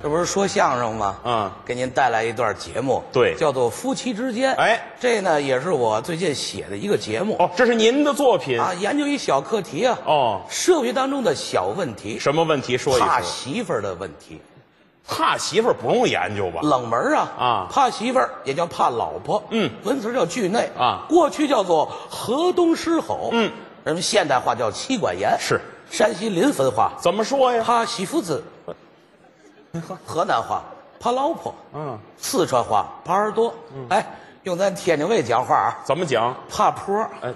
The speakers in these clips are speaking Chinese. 这不是说相声吗？嗯给您带来一段节目，对叫做《夫妻之间》。哎这呢也是我最近写的一个节目、哦，这是您的作品啊，研究一小课题啊，哦。社会当中的小问题，什么问题说一怕说？媳妇儿的问题，怕媳妇儿不用研究吧？冷门啊啊怕媳妇儿也叫怕老婆，嗯文词叫惧内啊过去叫做河东狮吼，嗯，人们现代化叫妻管严，是山西临汾话，怎么说呀？怕媳妇 子，河南话怕老婆，嗯，四川话耙耳朵，哎，用咱天津卫讲话啊，怎么讲？怕坡，哎，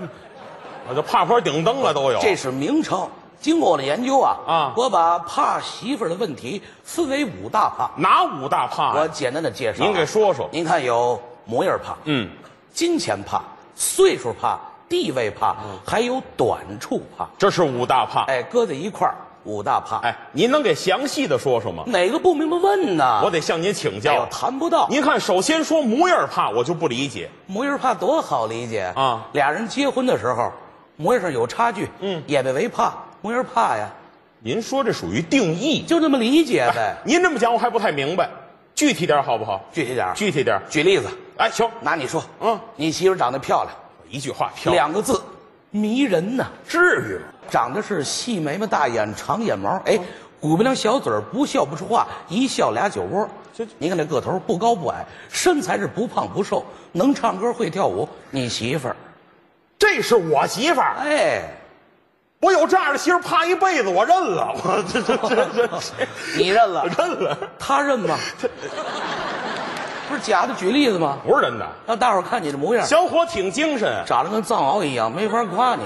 我就怕坡顶灯了都有。这是名称。经过我的研究啊，啊我把怕媳妇儿的问题分为五大怕，哪五大怕我哎呀？简单的介绍。啊您给，说说。您看有模样怕，嗯，金钱怕，岁数怕，地位怕，嗯还有短处怕。这是五大怕。哎，搁在一块儿，五大怕。啊哎，您能给详细的说说吗？哪个不明白问呢？我得向您请哎呦教。谈不到。您看，首先说模样怕，我就不理解。模样怕多好理解啊俩人结婚的时候，模样上有差距，嗯也被为怕，模样怕呀，您说这属于定义。就那么理解呗。您这么讲，我还不太明白。具体点好不好？ 具体点儿，具体点。举例子，哎，行，拿你说，嗯你媳妇长得漂亮，一句话漂亮，两个字，迷人呐，至于吗？长得是细眉毛、大眼、长眼毛，嗯哎，鼓鼻梁、小嘴儿，不笑不出话，一笑俩酒窝这。你看这个头不高不矮，身材是不胖不瘦，能唱歌会跳舞，你媳妇儿，这是我媳妇儿，哎，我有这样的媳妇儿，怕一辈子，我认了。我这这这这你认了这，。 认了，他认 吗？不是假的，举例子吗？ 不是真的。让大伙儿看你这模样，小伙挺精神，长得跟藏獒一样，没法夸你。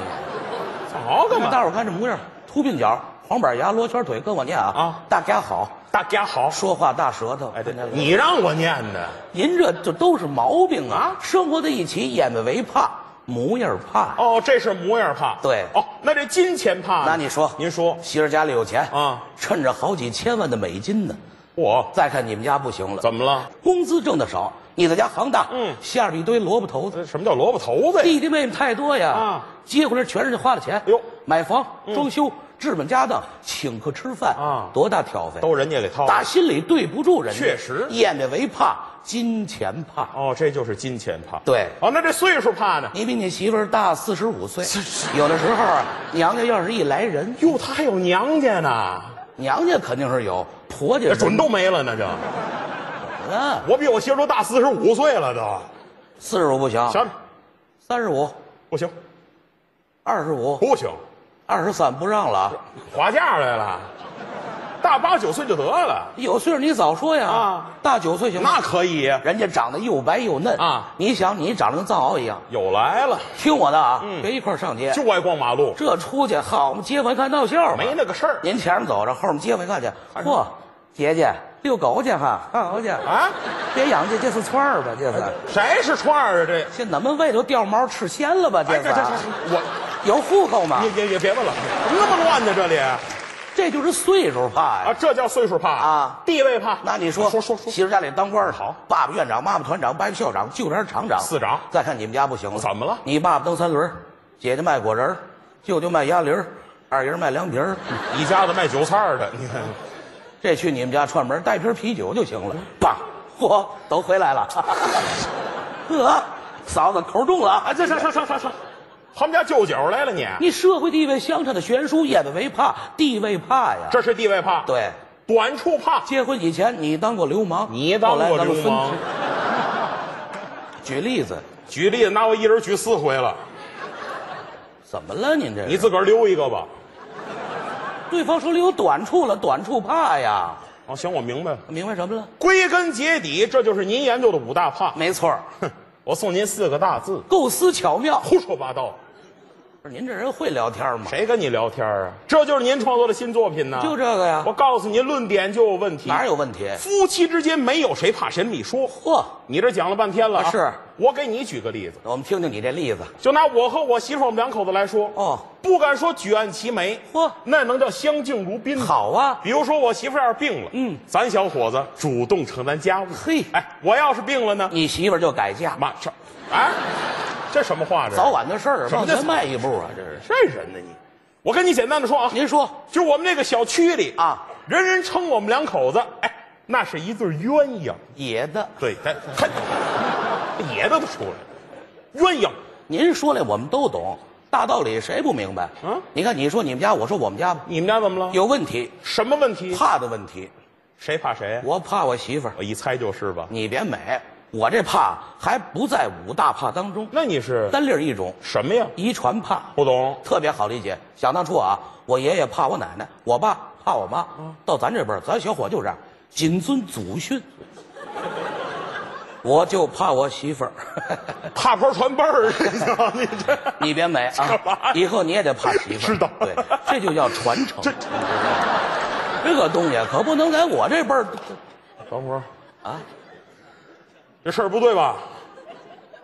好干让嘛？大伙儿看这模样，秃鬓角，黄板牙，罗圈腿，跟我念啊啊大家好，大家好，说话大舌头。哎，对跟他，你让我念的，您这就都是毛病啊啊！生活在一起，眼巴为怕，模样怕。哦，这是模样怕，对哦，那这金钱怕呢，那你说，您说，媳妇儿家里有钱啊，趁着好几千万的美金呢。我再看你们家不行了，怎么了？工资挣的少，你在家行当，嗯下边一堆萝卜头子。这什么叫萝卜头子呀？弟弟妹妹太多呀，啊结婚时全是花的钱，哎呦买房、装修、置办家当、请客吃饭啊多大挑费，都人家给掏打了。心里对不住人家，确实眼睛为怕，金钱怕。哦，这就是金钱怕。对哦，那这岁数怕呢？你比你媳妇儿大四十五岁，有的时候啊，娘家要是一来人，哟，他还有娘家呢，娘家肯定是有，婆家这是准都没了呢。这啊，我比我媳妇儿都大四十五岁了都。四十五不行，行，三十五、不行，二十五、不行，二十三不让哦了。划价来了，大八九岁就得了，有岁数你早说呀，啊大九岁行吗？那可以。人家长得又白又嫩啊你想你长得跟藏獒一样，有来了，听我的啊，别一块儿上街。嗯就爱逛马路，这出去好嘛，街坊一看闹笑话没那个事儿您前面走着，后面街坊一看去，嚯，姐姐遛狗去哈，看好去啊！啊。 别养这，这是串儿吧？这哎是，谁是串儿啊？这这怎么喂都掉毛吃鲜了吧？这哎，是这啊这这啊，我有户口吗也？也也别问了，怎么那么乱呢？这里啊，这就是岁数怕呀。这叫岁数怕啊地位怕。那你说说说说，媳妇家里当官的好，爸爸院长，妈妈团长，伯父校长，舅长厂长，四长再看你们家不行了，怎么了你爸爸蹬三轮儿，姐姐卖果仁儿，舅舅卖鸭梨儿，二爷卖凉皮儿，一家子卖韭菜儿的，你看这去你们家串门带瓶啤酒就行了。爸，嚯，都回来了。呵，嫂子口重了啊！这上上上上上，他们家舅舅来了你，你社会地位相差的悬殊，眼为怕，地位怕呀。这是地位怕，对，短处怕，结婚以前你当过流氓，你当后来过咱们流氓分？举例子，举例子，拿我一人举四回了，怎么了？您这你自个儿溜一个吧。对方手里有短处了，短处怕呀。哦，行，我明白了。明白什么了？归根结底，这就是您研究的五大怕。没错儿，哼，我送您四个大字：构思巧妙。胡说八道。不是您这人会聊天吗？谁跟你聊天啊？这就是您创作的新作品呢。就这个呀啊我，告诉您，论点就有问题。哪有问题？夫妻之间没有谁怕谁没说。嚯，你这讲了半天了、啊啊，是我给你举个例子，我们听听你这例子。就拿我和我媳妇儿我们两口子来说，哦，不敢说举案齐眉，嚯那能叫相敬如宾。，好啊，比如说我媳妇儿要是病了，嗯咱小伙子主动承担家务。嘿哎，我要是病了呢，你媳妇儿就改嫁，妈这，哎，这什么话这？早晚的事儿，什往么叫前迈一步啊，这是。这人呢你，我跟你简单的说啊，您说就我们这个小区里啊，人人称我们两口子，哎，那是一对鸳鸯。野的。对，他他野的都出来，鸳鸯。您说来我们都懂，大道理谁不明白？嗯你看你说你们家，我说我们家吧，你们家怎么了？有问题，什么问题？怕的问题，谁怕谁呀？我嗯怕我媳妇儿。我一猜就是吧。你别美，我这怕还不在五大怕当中，那你是单粒儿一种，什么呀？遗传怕。不懂。特别好理解。想当初啊，我爷爷怕我奶奶，我爸怕我妈。到咱这辈儿，咱小伙就这样，谨遵祖训。 我就怕我媳妇儿， 哎怕坡传辈儿， 你知道你这你别美 干嘛啊！以后你也得怕媳妇儿。知道对，这就叫传 承。这这个东西可不能在我这辈儿。等会儿啊，这事儿不对吧？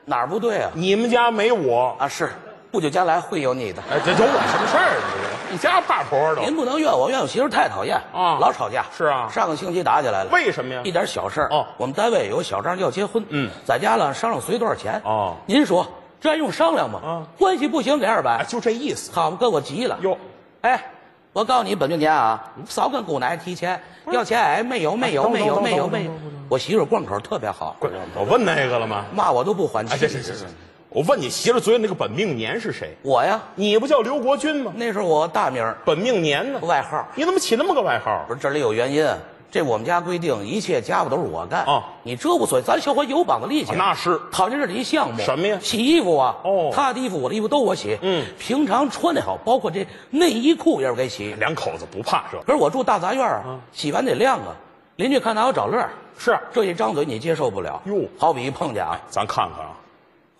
哪儿不对啊？你们家没我，啊，是，不久将来会有你的。哎，这有我什么事儿？啊这个一家怕坡的，您不能怨我，怨我媳妇儿太讨厌啊老吵架。是啊上个星期打起来了。为什么呀一？点小事儿哦我们单位有个小张要结婚，嗯在家了商量随多少钱哦您说这还用商量吗？啊关系不行给二哎，百，就这意思。好嘛，跟我急了。哟，哎，我告诉你，本命年啊，少跟姑奶奶提钱，要钱哎没有没有等没有等没有等等没有，我媳妇贯口特别好，滚我问那个了吗？骂我都不还哎，气这。这这这，我问你媳妇儿嘴里那个本命年是谁？我呀，你不叫刘国军吗？那是我大名儿本命年呢？外号儿，你怎么起那么个外号不？是这里有原因。这我们家规定，一切家务都是我干啊你这无所谓，咱小伙有膀子力气。那是讨厌这是一项目，什么呀洗衣服啊，哦他的衣服我的衣服都我洗，嗯平常穿的好，包括这内衣裤也是我给洗。两口子不怕这，可是我住大杂院啊，嗯洗完得晾啊，邻居看拿我找乐儿，是这一张嘴你接受不了。哟好比一碰见啊，咱看看啊，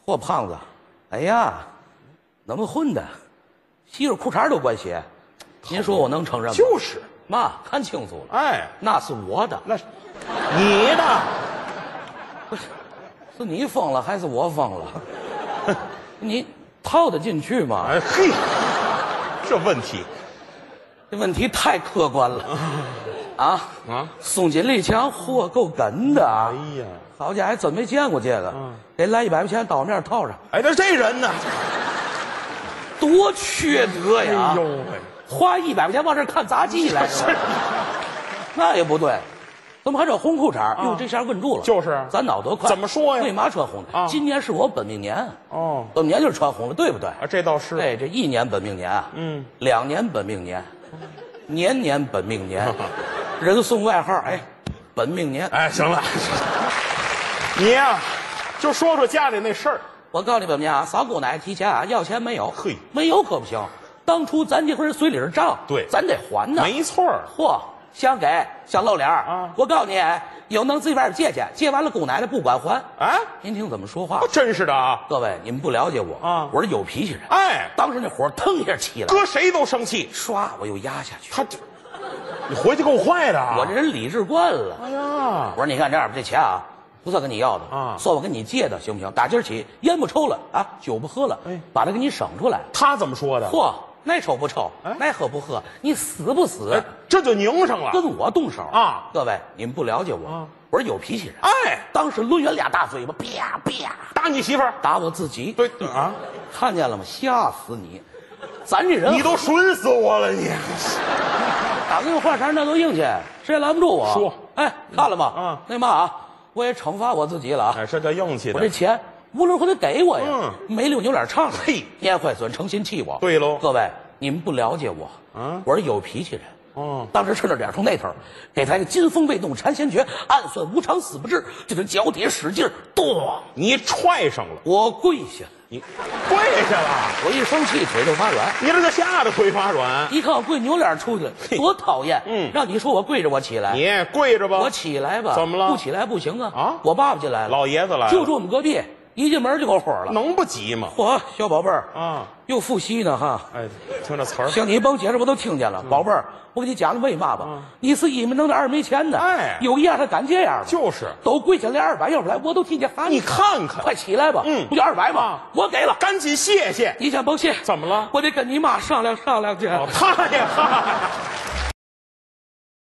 嚯胖子，哎呀，怎么混的，媳妇裤衩都管鞋，您说我能承认吗？就是，妈看清楚了，哎，那是我的，那是你的是你疯了还是我疯 了？你套得进去吗？哎嘿，这问题这问题太客观了， 啊啊啊！宋锦丽强，嚯，够哏的啊！哎呀好家伙，还真没见过这个嗯。给来一百块钱，倒面套上，哎，这这人呢？多缺德呀！哎呦喂，花一百块钱往这儿看杂技 来，那也不对。怎么还穿红裤衩儿？哟，这下问住了。啊就是啊咱脑得快。怎么说呀为嘛穿红的？啊今年是我本命年啊，哦，本命年就是穿红的，对不对？啊，这倒是，哎，这一年本命年啊，嗯，两年本命年，年年本命 年，人送外号哎，本命年。哎，行了，你呀、就说说家里那事儿，我告诉你本命年啊，扫姑奶奶提钱啊，要钱没有？嘿没有可不行，当初咱结婚随礼是账，对咱得还呢。没错儿嚯，想给想露脸啊啊！我告诉你，有能自己外边借去，借完了姑奶奶不管还。啊，您听怎么说 话不？真是的啊，各位，你们不了解我啊我是有脾气人。哎，当时那火腾一下起来，搁谁都生气，唰我又压下去。他这，你回去够坏的啊，我这人理智惯了。哎呀啊我，说你看这样吧，这钱啊，不算跟你要的啊算我跟你借的，行不行？打今儿起，烟不抽了啊，酒不喝了，哎把它给你省出来。他怎么说的？嚯，那抽不抽哎，那喝不喝，你死不死，哎，这就拧上了，跟我动手啊！各位，你们不了解我，啊我是有脾气人。哎，当时抡圆俩大嘴巴，啪啪打你媳妇儿，打我自己。对啊，看见了吗？吓死你！咱这人，你都损死我了，你打跟我话茬，那都硬气，谁也拦不住我。说哎，看了吗？嗯那嘛啊，我也惩罚我自己了啊。哎，这叫硬气我这钱无论如何得给我呀，嗯没溜牛脸唱的，嘿蔫坏损，诚心气我。对喽各位，你们不了解我，嗯我是有脾气人。哦，当时趁着点儿从那头儿给他一个金风未动缠仙诀，暗算无常死不至，就这脚底使劲儿，咚，你踹上了，我跪下，你跪下了，我一生气腿就发软。你这就吓得腿发软，一看我跪扭脸出去了，多讨厌！嗯让你说我跪着，我起来，你跪着吧，我起来吧，怎么了不起来不行啊！啊我爸爸进来了，老爷子来了，就住我们隔壁，一进门就给我火了。能不急吗？嚯，小宝贝儿啊，又复吸呢哈！哎，听这词儿，像你甭解释，我都听见了。嗯宝贝儿，我给你讲的为嘛吧？你是一没能耐，二没钱的。哎有一样他敢这样吗？就是都跪下来二百，要不然我都替你喊你看看，快起来吧，嗯不就二百吗啊？我给了，赶紧谢谢，你先甭谢。怎么了我得跟你妈商量商量去。哦，他呀，嗨